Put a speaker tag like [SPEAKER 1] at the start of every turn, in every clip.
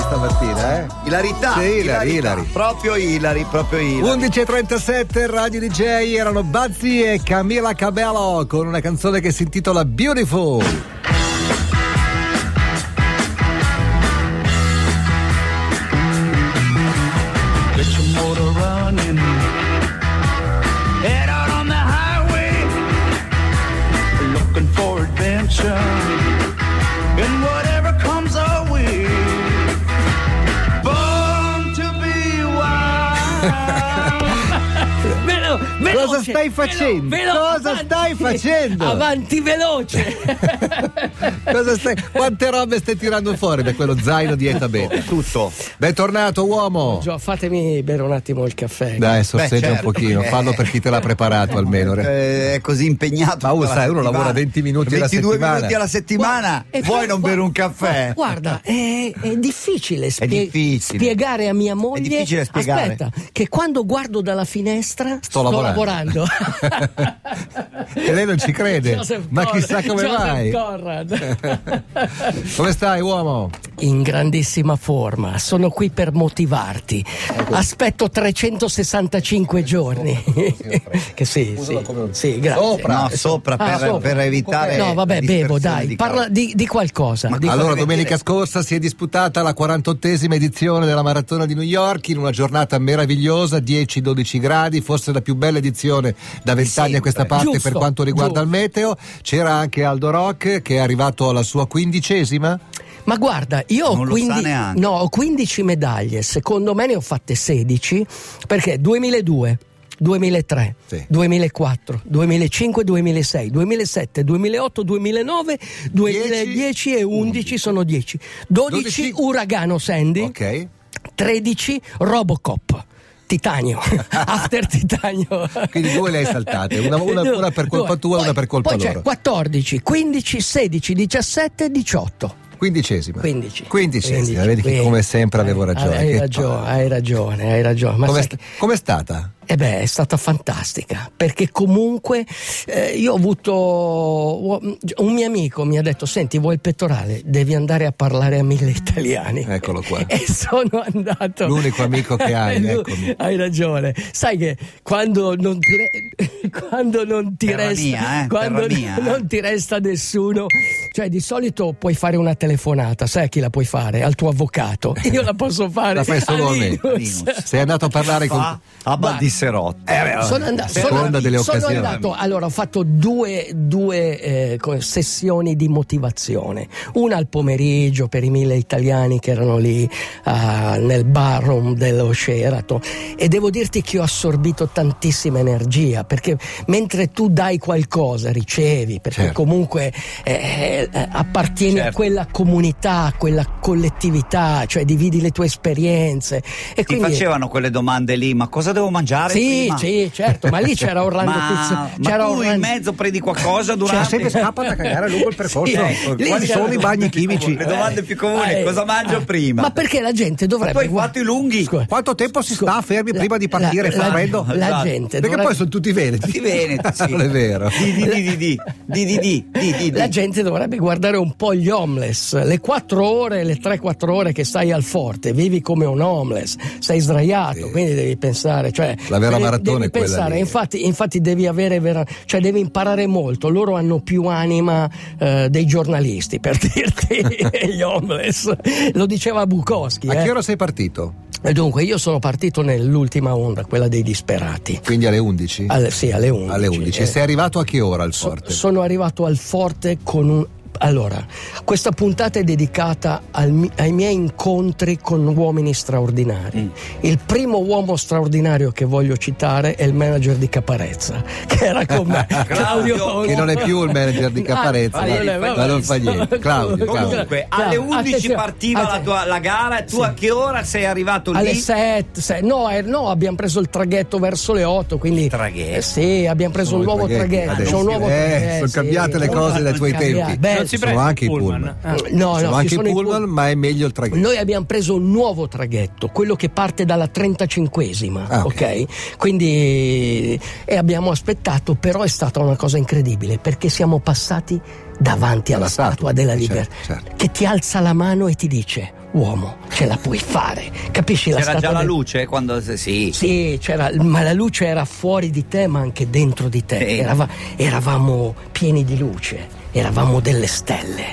[SPEAKER 1] stamattina, eh?
[SPEAKER 2] Ilarità.
[SPEAKER 1] Sì, Ilari,
[SPEAKER 2] ilarità.
[SPEAKER 1] Ilari.
[SPEAKER 2] Proprio Ilari, proprio Ilari.
[SPEAKER 1] 11.37 Radio DJ erano Bazzi e Camila Cabello con una canzone che si intitola Beautiful.
[SPEAKER 3] Get your motor running. Head out on the highway. Looking for adventure. And whatever comes our way. Born to be wild.
[SPEAKER 4] Velo- veloce,
[SPEAKER 1] Cosa stai
[SPEAKER 4] velo-
[SPEAKER 1] facendo?
[SPEAKER 4] velo-
[SPEAKER 1] Cosa
[SPEAKER 4] avanti.
[SPEAKER 1] stai facendo?
[SPEAKER 4] Avanti veloce.
[SPEAKER 1] Cosa stai- Quante robe stai tirando fuori da quello zaino di Etabene?
[SPEAKER 2] Tutto.
[SPEAKER 1] Bentornato uomo.
[SPEAKER 4] Gio, fatemi bere un attimo il caffè.
[SPEAKER 1] Dai, sorseggia
[SPEAKER 2] Beh,
[SPEAKER 1] un
[SPEAKER 2] certo,
[SPEAKER 1] pochino,
[SPEAKER 2] eh.
[SPEAKER 1] fallo per chi te l'ha preparato almeno.
[SPEAKER 2] Eh, è così impegnato.
[SPEAKER 1] Ma oh,
[SPEAKER 2] tutta la
[SPEAKER 1] sai, uno lavora
[SPEAKER 2] settimana.
[SPEAKER 1] 20 minuti alla
[SPEAKER 2] 22
[SPEAKER 1] settimana.
[SPEAKER 2] minuti alla settimana.
[SPEAKER 4] E
[SPEAKER 2] Vuoi
[SPEAKER 4] poi-
[SPEAKER 2] non bere un caffè?
[SPEAKER 4] Guarda, è, è difficile, spie-
[SPEAKER 2] difficile.
[SPEAKER 4] spiegare a mia moglie.
[SPEAKER 2] È difficile spiegare.
[SPEAKER 4] Aspetta, che quando guardo dalla finestra sto,
[SPEAKER 1] lavorando. E lei non ci crede.
[SPEAKER 4] Joseph
[SPEAKER 1] Ma
[SPEAKER 4] Cor-
[SPEAKER 1] chissà come
[SPEAKER 4] Joseph
[SPEAKER 1] mai.
[SPEAKER 4] Conrad.
[SPEAKER 1] Come stai uomo?
[SPEAKER 4] In grandissima forma, sono qui per motivarti. Aspetto 365 giorni. che sì, sì, sì, grazie.
[SPEAKER 1] Sopra.
[SPEAKER 2] No, sopra,
[SPEAKER 4] Ah,
[SPEAKER 2] per,
[SPEAKER 4] sopra.
[SPEAKER 2] per evitare.
[SPEAKER 4] No, vabbè,
[SPEAKER 2] la
[SPEAKER 4] bevo,
[SPEAKER 2] dispersione
[SPEAKER 4] dai,
[SPEAKER 2] di
[SPEAKER 4] parla
[SPEAKER 2] calore.
[SPEAKER 4] di, di qualcosa.
[SPEAKER 2] Ma
[SPEAKER 4] Di-
[SPEAKER 1] Allora,
[SPEAKER 2] fatemi
[SPEAKER 1] domenica
[SPEAKER 2] dire-
[SPEAKER 1] scorsa si è disputata la 48esima edizione della Maratona di New York in una giornata meravigliosa, 10-12 gradi, forse la più bella edizione da vent'anni a questa parte
[SPEAKER 4] Giusto,
[SPEAKER 1] per quanto riguarda il meteo. C'era anche Aldo Rock che è arrivato alla sua quindicesima.
[SPEAKER 4] Ma guarda, io ho
[SPEAKER 2] Non lo sa
[SPEAKER 4] 15,
[SPEAKER 2] neanche.
[SPEAKER 4] no, ho 15 medaglie, secondo me ne ho fatte 16 perché 2002. 2003,
[SPEAKER 1] Sì.
[SPEAKER 4] 2004, 2005, 2006, 2007, 2008, 2009, 2010 e 11 sono 10. 12,
[SPEAKER 1] 12
[SPEAKER 4] Uragano Sandy,
[SPEAKER 1] Ok.
[SPEAKER 4] 13 Robocop. Titanio, after Titanio.
[SPEAKER 1] Quindi due le hai saltate, una- una- una per colpa
[SPEAKER 4] Due.
[SPEAKER 1] tua e una
[SPEAKER 4] Poi-
[SPEAKER 1] per colpa
[SPEAKER 4] poi c'è
[SPEAKER 1] loro.
[SPEAKER 4] 14, 15, 16, 17, 18.
[SPEAKER 1] Quindicesima.
[SPEAKER 4] 15.
[SPEAKER 1] Quindicesima.
[SPEAKER 4] 15,
[SPEAKER 1] Vedi che come sempre avevo
[SPEAKER 4] Hai-
[SPEAKER 1] ragione.
[SPEAKER 4] Hai,
[SPEAKER 1] che
[SPEAKER 4] Eh, ragione,
[SPEAKER 1] palle.
[SPEAKER 4] hai ragione, hai ragione. Ma
[SPEAKER 1] Com'è,
[SPEAKER 4] sai
[SPEAKER 1] sta-
[SPEAKER 4] che-
[SPEAKER 1] com'è stata?
[SPEAKER 4] eh beh, è stata fantastica, perché comunque eh, io ho avuto un mio amico mi ha detto "Senti, vuoi il pettorale? Devi andare a parlare a mille italiani".
[SPEAKER 1] Eccolo qua.
[SPEAKER 4] E sono andato.
[SPEAKER 1] L'unico amico che hai,
[SPEAKER 4] Lu-
[SPEAKER 1] eccomi.
[SPEAKER 4] Hai ragione. Sai che quando non ti, re- quando non ti
[SPEAKER 2] Terra
[SPEAKER 4] resta
[SPEAKER 2] mia, eh,
[SPEAKER 4] quando
[SPEAKER 2] terra mia, eh.
[SPEAKER 4] non ti resta nessuno, cioè di solito puoi fare una telefonata, sai a chi la puoi fare? Al tuo avvocato. Io la posso fare
[SPEAKER 1] La fai solo
[SPEAKER 4] a
[SPEAKER 1] a me,
[SPEAKER 4] Linus.
[SPEAKER 2] a Linus.
[SPEAKER 1] Sei andato a parlare con.
[SPEAKER 2] Fa a Bal di Serotto. Eh, beh,
[SPEAKER 4] Sono, andato,
[SPEAKER 1] seconda
[SPEAKER 4] sono,
[SPEAKER 1] delle
[SPEAKER 4] sono
[SPEAKER 1] occasioni.
[SPEAKER 4] andato- allora ho fatto due, due, eh, co- sessioni di motivazione, una al pomeriggio per i mille italiani che erano lì ah, nel barroom dello Sheraton e devo dirti che ho assorbito tantissima energia perché mentre tu dai qualcosa ricevi perché
[SPEAKER 1] Certo.
[SPEAKER 4] comunque eh, eh, appartieni a
[SPEAKER 2] Certo.
[SPEAKER 4] quella comunità, a quella collettività, cioè dividi le tue esperienze e
[SPEAKER 2] Ti
[SPEAKER 4] quindi
[SPEAKER 2] facevano quelle domande lì, ma cosa devo mangiare?
[SPEAKER 4] sì,
[SPEAKER 2] prima?
[SPEAKER 4] sì, certo, ma lì
[SPEAKER 1] Cioè,
[SPEAKER 4] c'era Orlando
[SPEAKER 2] ma,
[SPEAKER 4] Pizz-
[SPEAKER 2] ma
[SPEAKER 4] c'era
[SPEAKER 2] tu in
[SPEAKER 4] Orlando-
[SPEAKER 2] mezzo prendi qualcosa durante
[SPEAKER 1] Cioè, sempre scappa da cagare lungo il percorso.
[SPEAKER 4] Sì,
[SPEAKER 1] Ecco,
[SPEAKER 4] lì
[SPEAKER 1] Quali
[SPEAKER 4] c'era-
[SPEAKER 1] sono i bagni chimici?
[SPEAKER 2] Le domande più comuni,
[SPEAKER 4] Eh,
[SPEAKER 2] cosa mangio
[SPEAKER 4] eh,
[SPEAKER 2] prima?
[SPEAKER 4] Ma perché la gente dovrebbe.
[SPEAKER 2] Ma tu hai fatto i lunghi.
[SPEAKER 4] Scusa,
[SPEAKER 1] Quanto tempo si sta fermi
[SPEAKER 4] la-
[SPEAKER 1] prima di partire?
[SPEAKER 4] la-
[SPEAKER 1] Fa freddo?
[SPEAKER 4] la
[SPEAKER 1] Esatto.
[SPEAKER 4] gente
[SPEAKER 1] Perché
[SPEAKER 4] dovrebbe-
[SPEAKER 1] poi sono tutti veneti.
[SPEAKER 2] Di Veneto, sì.
[SPEAKER 1] non è vero.
[SPEAKER 2] Di di di di di di di di di di
[SPEAKER 4] La
[SPEAKER 2] di.
[SPEAKER 4] gente dovrebbe guardare un po' gli homeless, le 4 ore, le 3-4 ore che stai al forte, vivi come un homeless, sei sdraiato,
[SPEAKER 1] Sì.
[SPEAKER 4] quindi devi pensare, cioè,
[SPEAKER 1] La vera
[SPEAKER 4] devi-
[SPEAKER 1] maratona
[SPEAKER 4] devi
[SPEAKER 1] è quella
[SPEAKER 4] pensare,
[SPEAKER 1] lì.
[SPEAKER 4] infatti, infatti devi avere vera- cioè devi imparare molto, loro hanno più anima eh, dei giornalisti per dirti gli homeless, lo diceva Bukowski.
[SPEAKER 1] A
[SPEAKER 4] eh.
[SPEAKER 1] che ora sei partito?
[SPEAKER 4] E Dunque, io sono partito nell'ultima onda, quella dei disperati.
[SPEAKER 1] Quindi alle 11?
[SPEAKER 4] Alle, sì, alle 11.
[SPEAKER 1] Alle 11.
[SPEAKER 4] eh.
[SPEAKER 1] Sei arrivato a che ora al
[SPEAKER 4] So-
[SPEAKER 1] forte?
[SPEAKER 4] sono arrivato al forte con un. Allora, questa puntata è dedicata al mi- ai miei incontri con uomini straordinari.
[SPEAKER 1] Mm.
[SPEAKER 4] Il primo uomo straordinario che voglio citare è il manager di Caparezza, che era con me. Claudio.
[SPEAKER 1] che non è più il manager di Caparezza,
[SPEAKER 4] Ah,
[SPEAKER 1] ma-
[SPEAKER 4] non è-
[SPEAKER 1] ma
[SPEAKER 4] vabbè.
[SPEAKER 1] non fa niente. Claudio, Claudio.
[SPEAKER 2] Comunque, alle 11
[SPEAKER 4] Attenzione,
[SPEAKER 2] partiva la,
[SPEAKER 4] attenzione.
[SPEAKER 2] tua, la gara, tu a che ora sei arrivato lì?
[SPEAKER 4] Alle 7, no, eh, no, abbiamo preso il traghetto verso le 8, quindi...
[SPEAKER 2] Il traghetto?
[SPEAKER 4] Eh sì, abbiamo preso
[SPEAKER 1] Sono
[SPEAKER 4] un
[SPEAKER 1] i
[SPEAKER 4] nuovo
[SPEAKER 1] traghetti
[SPEAKER 4] traghetto.
[SPEAKER 1] adesso.
[SPEAKER 4] c'è un nuovo
[SPEAKER 1] Eh,
[SPEAKER 4] traghetto,
[SPEAKER 1] sono
[SPEAKER 4] sì.
[SPEAKER 1] cambiate le cose dai tuoi
[SPEAKER 4] Cambiate.
[SPEAKER 1] tempi.
[SPEAKER 4] Beh,
[SPEAKER 1] Sono anche i pullman.
[SPEAKER 4] No,
[SPEAKER 1] sono
[SPEAKER 4] no, ci
[SPEAKER 1] anche i
[SPEAKER 4] sono i
[SPEAKER 1] pullman,
[SPEAKER 4] pull-
[SPEAKER 1] ma è meglio il traghetto.
[SPEAKER 4] Noi abbiamo preso un nuovo traghetto, quello che parte dalla 35esima,
[SPEAKER 1] Ah, ok.
[SPEAKER 4] ok? Quindi e abbiamo aspettato, però è stata una cosa incredibile perché siamo passati davanti alla,
[SPEAKER 1] Alla
[SPEAKER 4] statua,
[SPEAKER 1] statua,
[SPEAKER 4] della
[SPEAKER 1] certo,
[SPEAKER 4] libertà
[SPEAKER 1] certo.
[SPEAKER 4] che ti alza la mano e ti dice uomo, ce la puoi fare. Capisci la
[SPEAKER 2] C'era già
[SPEAKER 4] statua
[SPEAKER 2] la
[SPEAKER 4] del-
[SPEAKER 2] luce quando sì.
[SPEAKER 4] Sì, c'era, ma la luce era fuori di te, ma anche dentro di te.
[SPEAKER 2] Sì.
[SPEAKER 4] Erava- eravamo pieni di luce, eravamo delle stelle,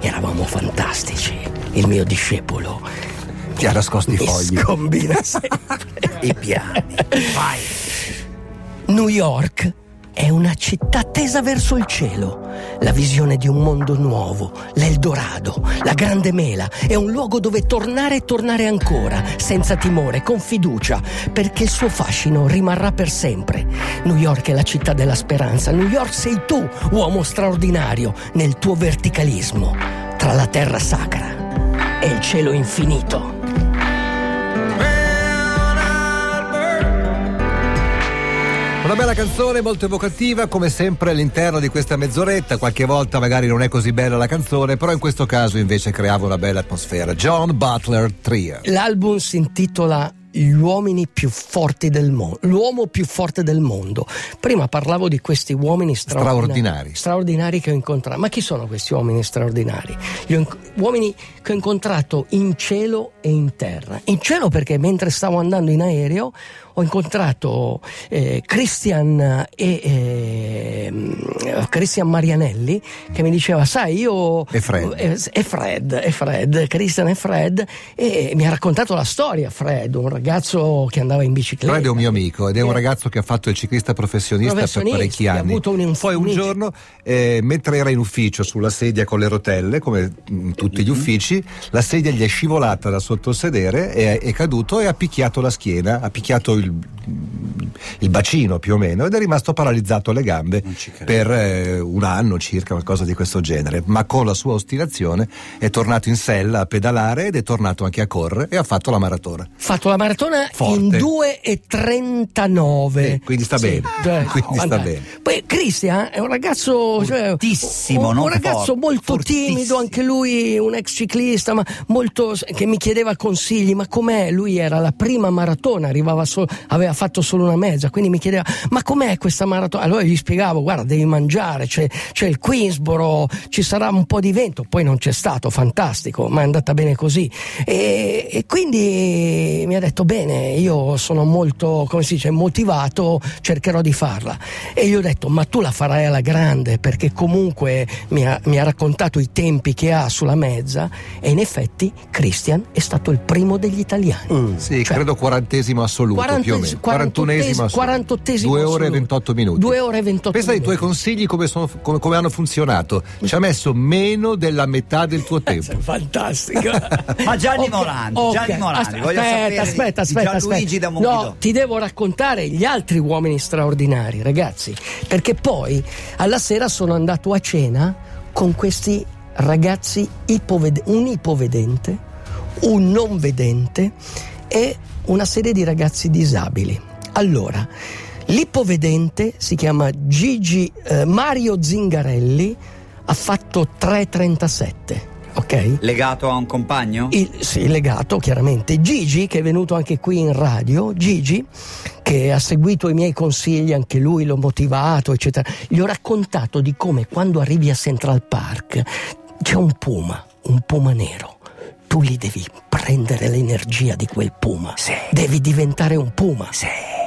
[SPEAKER 4] eravamo fantastici. Il mio discepolo
[SPEAKER 1] Ti ha nascosto i
[SPEAKER 4] mi
[SPEAKER 1] fogli.
[SPEAKER 4] scombina sempre i piani. Vai. New York è una città tesa verso il cielo, la visione di un mondo nuovo, l'Eldorado, la grande mela, è un luogo dove tornare e tornare ancora, senza timore, con fiducia, perché il suo fascino rimarrà per sempre. New York è la città della speranza, New York sei tu, uomo straordinario, nel tuo verticalismo, tra la terra sacra e il cielo infinito.
[SPEAKER 1] Una bella canzone, molto evocativa, come sempre all'interno di questa mezz'oretta. Qualche volta magari non è così bella la canzone, però in questo caso invece creava una bella atmosfera. John Butler Trier.
[SPEAKER 4] L'album si intitola Gli uomini più forti del mondo, l'uomo più forte del mondo. Prima parlavo di questi uomini straordinari,
[SPEAKER 1] Straordinari.
[SPEAKER 4] straordinari che ho incontrato. Ma chi sono questi uomini straordinari? Gli ho- uomini che ho incontrato in cielo e in terra. In cielo perché mentre stavo andando in aereo ho incontrato eh, Christian e ehm, Christian Marianelli che mi diceva, sai, io
[SPEAKER 1] E Fred.
[SPEAKER 4] eh, s- e Fred, e Fred, Christian e Fred, e mi ha raccontato la storia Fred, un ragazzo che andava in bicicletta.
[SPEAKER 1] Fred è un mio amico ed è un
[SPEAKER 4] Eh.
[SPEAKER 1] ragazzo che ha fatto il ciclista professionista,
[SPEAKER 4] Professionista,
[SPEAKER 1] per parecchi
[SPEAKER 4] che ha
[SPEAKER 1] anni.
[SPEAKER 4] avuto un- un-
[SPEAKER 1] Poi un
[SPEAKER 4] un-
[SPEAKER 1] giorno, eh, mentre era in ufficio sulla sedia con le rotelle, come mm, tutti gli uffici, la sedia gli è scivolata da sotto il sedere, è, è caduto e ha picchiato la schiena, ha picchiato il, il bacino più o meno ed è rimasto paralizzato alle gambe per eh, un anno circa, qualcosa di questo genere. Ma con la sua ostinazione è tornato in sella a pedalare ed è tornato anche a correre e ha fatto la maratona.
[SPEAKER 4] Fatto la maratona
[SPEAKER 1] Forte.
[SPEAKER 4] in 2,39.
[SPEAKER 1] Sì, quindi sta bene.
[SPEAKER 4] cioè,
[SPEAKER 1] Quindi sta
[SPEAKER 4] guarda.
[SPEAKER 1] bene.
[SPEAKER 4] Poi Cristian è un ragazzo. cioè,
[SPEAKER 2] Fortissimo,
[SPEAKER 4] un,
[SPEAKER 2] non
[SPEAKER 4] un ragazzo
[SPEAKER 2] forte,
[SPEAKER 4] molto
[SPEAKER 2] fortissimo.
[SPEAKER 4] timido, anche lui, un ex ciclista, ma molto. che mi chiedeva consigli. Ma com'è? Lui era la prima maratona, arrivava solo- aveva fatto solo una mezza, quindi mi chiedeva: ma com'è questa maratona? Allora gli spiegavo: guarda, devi mangiare, c'è, c'è il Queensboro, ci sarà un po' di vento. Poi non c'è stato, fantastico, ma è andata bene così. E, e quindi mi ha detto: Bene, io sono molto, come si dice, motivato, cercherò di farla. E gli ho detto: Ma tu la farai alla grande, perché comunque mi ha, mi ha raccontato i tempi che ha sulla mezza. E in effetti, Christian è stato il primo degli italiani.
[SPEAKER 1] Mm, Sì,
[SPEAKER 4] Cioè-
[SPEAKER 1] credo quarantesimo assoluto più o meno.
[SPEAKER 4] Quarantesimo- quarantunesimo
[SPEAKER 1] Quarantunesimo assoluto.
[SPEAKER 4] quarantottesimo
[SPEAKER 1] Due ore e
[SPEAKER 4] assoluto.
[SPEAKER 1] 28 minuti.
[SPEAKER 4] Due ore e 28
[SPEAKER 1] Pensa ai tuoi
[SPEAKER 4] minuti.
[SPEAKER 1] consigli come, sono- come- come hanno funzionato. Ci ha messo meno della metà del
[SPEAKER 4] Eh,
[SPEAKER 1] tuo tempo.
[SPEAKER 4] Fantastico.
[SPEAKER 2] Ma Gianni
[SPEAKER 4] Ok,
[SPEAKER 2] Morandi,
[SPEAKER 4] ok,
[SPEAKER 2] Gianni Morandi,
[SPEAKER 4] as-
[SPEAKER 2] voglio sapere
[SPEAKER 4] aspetta, aspetta,
[SPEAKER 2] di
[SPEAKER 4] aspetta,
[SPEAKER 2] Gianluigi
[SPEAKER 4] aspetta.
[SPEAKER 2] da Monbidò.
[SPEAKER 4] No, ti devo raccontare gli altri uomini straordinari, ragazzi, perché poi alla sera sono andato a cena con questi ragazzi ipoved- un ipovedente, un non vedente e una serie di ragazzi disabili. Allora, l'ipovedente si chiama Gigi eh, Mario Zingarelli, ha fatto 3.37, ok?
[SPEAKER 2] legato a un compagno?
[SPEAKER 4] Il, sì, legato chiaramente. Gigi, che è venuto anche qui in radio, Gigi, che ha seguito i miei consigli, anche lui l'ho motivato, eccetera. Gli ho raccontato di come quando arrivi a Central Park c'è un puma, un puma nero. Tu lì devi prendere l'energia di quel puma. Devi diventare un puma.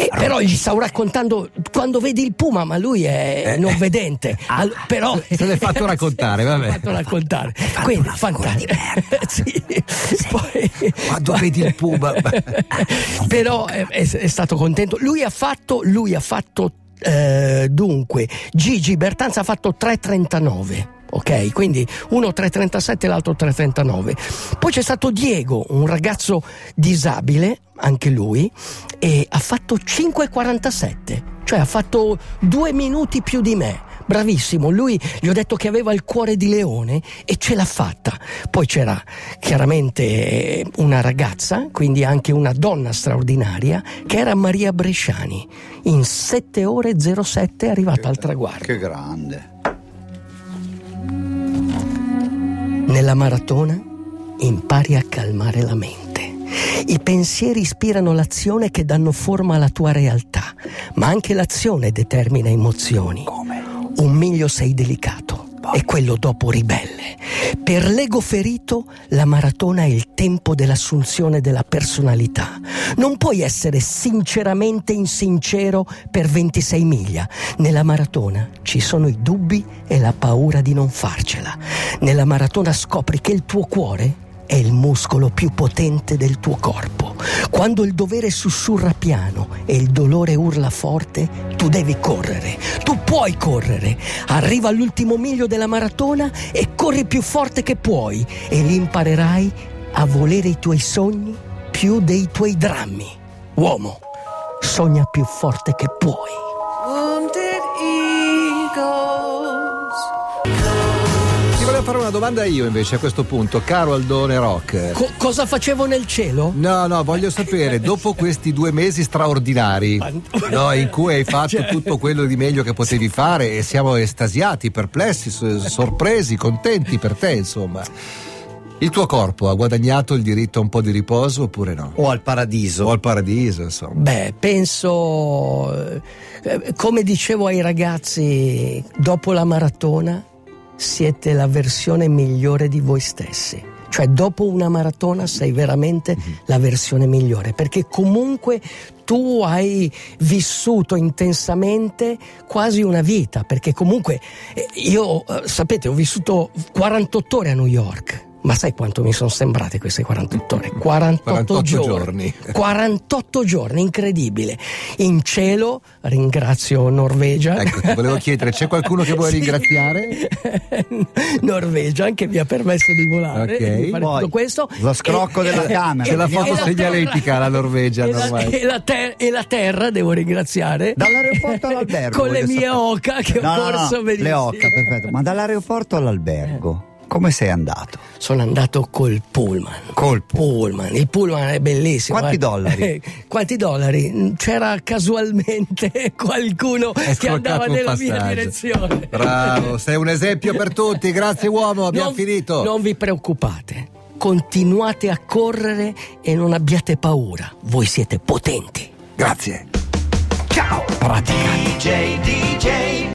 [SPEAKER 4] E però gli stavo raccontando quando vedi il puma, ma lui è non vedente. All- però
[SPEAKER 1] Eh. Ah. Se l'hai fatto raccontare,
[SPEAKER 4] Se l'hai
[SPEAKER 1] vabbè.
[SPEAKER 4] fatto raccontare. Quindi fantastico. Sì. Poi-
[SPEAKER 1] Quando vedi il puma.
[SPEAKER 4] però è, è- è stato contento. Lui ha fatto, lui ha fatto eh, dunque, Gigi Bertanza ha fatto 3,39. Ok, quindi uno 3,37 e l'altro 3,39. Poi c'è stato Diego, un ragazzo disabile, anche lui, e ha fatto 5,47, cioè ha fatto due minuti più di me. Bravissimo, lui gli ho detto che aveva il cuore di leone e ce l'ha fatta. Poi c'era chiaramente eh, una ragazza, quindi anche una donna straordinaria, che era Maria Bresciani. In 7 ore 07 è arrivata al traguardo.
[SPEAKER 2] Che grande.
[SPEAKER 4] Nella maratona impari a calmare la mente. I pensieri ispirano l'azione che danno forma alla tua realtà, ma anche l'azione determina emozioni. Un miglio sei delicato e quello dopo ribelle. Per l'ego ferito la maratona è il tempo dell'assunzione della personalità. Non puoi essere sinceramente insincero per 26 miglia. Nella maratona ci sono i dubbi e la paura di non farcela. Nella maratona scopri che il tuo cuore è il muscolo più potente del tuo corpo. Quando il dovere sussurra piano e il dolore urla forte, tu devi correre, tu puoi correre. Arriva all'ultimo miglio della maratona e corri più forte che puoi e lì imparerai a volere i tuoi sogni più dei tuoi drammi. Uomo, sogna più forte che puoi.
[SPEAKER 5] Wounded eagles.
[SPEAKER 1] Ti volevo fare una domanda io invece a questo punto, caro Aldone Rock.
[SPEAKER 4] Co- cosa facevo nel cielo?
[SPEAKER 1] No, no, voglio sapere, dopo questi due mesi straordinari, no, in cui hai fatto
[SPEAKER 4] Cioè.
[SPEAKER 1] tutto quello di meglio che potevi fare e siamo estasiati, perplessi, s- sorpresi, contenti per te, insomma. Il tuo corpo ha guadagnato il diritto a un po' di riposo oppure no?
[SPEAKER 2] O al paradiso.
[SPEAKER 1] O al paradiso, insomma.
[SPEAKER 4] Beh, penso, eh, come dicevo ai ragazzi, dopo la maratona siete la versione migliore di voi stessi. Cioè, dopo una maratona sei veramente la versione migliore, perché comunque tu hai vissuto intensamente quasi una vita, perché comunque eh, io, eh, sapete, ho vissuto 48 ore a New York. Ma sai quanto mi sono sembrate queste 48 ore? 48,
[SPEAKER 1] 48
[SPEAKER 4] giorni.
[SPEAKER 1] giorni.
[SPEAKER 4] 48 giorni, incredibile. In cielo ringrazio Norvegia.
[SPEAKER 1] Ecco, ti volevo chiedere, c'è qualcuno che vuoi
[SPEAKER 4] Sì.
[SPEAKER 1] ringraziare?
[SPEAKER 4] Norvegia che mi ha permesso di volare
[SPEAKER 1] Ok.
[SPEAKER 4] e di fare
[SPEAKER 2] Poi,
[SPEAKER 4] tutto questo.
[SPEAKER 2] lo scrocco della camera.
[SPEAKER 1] C'è la
[SPEAKER 4] e-
[SPEAKER 1] foto
[SPEAKER 4] e terra-
[SPEAKER 1] segnaletica, la Norvegia,
[SPEAKER 4] E la,
[SPEAKER 1] ormai.
[SPEAKER 4] e la ter- e la terra, devo ringraziare.
[SPEAKER 2] Dall'aeroporto all'albergo.
[SPEAKER 4] Con le
[SPEAKER 2] voglio
[SPEAKER 4] mie
[SPEAKER 2] sapere.
[SPEAKER 4] oca che
[SPEAKER 2] No,
[SPEAKER 4] ho
[SPEAKER 2] no, no,
[SPEAKER 4] corso benissimo.
[SPEAKER 2] Le oca, perfetto. Ma dall'aeroporto all'albergo, come sei andato?
[SPEAKER 4] Sono andato col pullman.
[SPEAKER 2] Col
[SPEAKER 4] pullman. Il pullman è bellissimo.
[SPEAKER 2] Quanti
[SPEAKER 4] guarda.
[SPEAKER 2] dollari?
[SPEAKER 4] Quanti dollari? C'era casualmente qualcuno
[SPEAKER 1] Hai
[SPEAKER 4] che andava
[SPEAKER 1] scordato un
[SPEAKER 4] nella mia
[SPEAKER 1] passaggio.
[SPEAKER 4] direzione.
[SPEAKER 1] Bravo, sei un esempio per tutti, grazie uomo, abbiamo
[SPEAKER 4] non,
[SPEAKER 1] finito.
[SPEAKER 4] Non vi preoccupate, continuate a correre e non abbiate paura. Voi siete potenti.
[SPEAKER 1] Grazie.
[SPEAKER 3] DJ, DJ.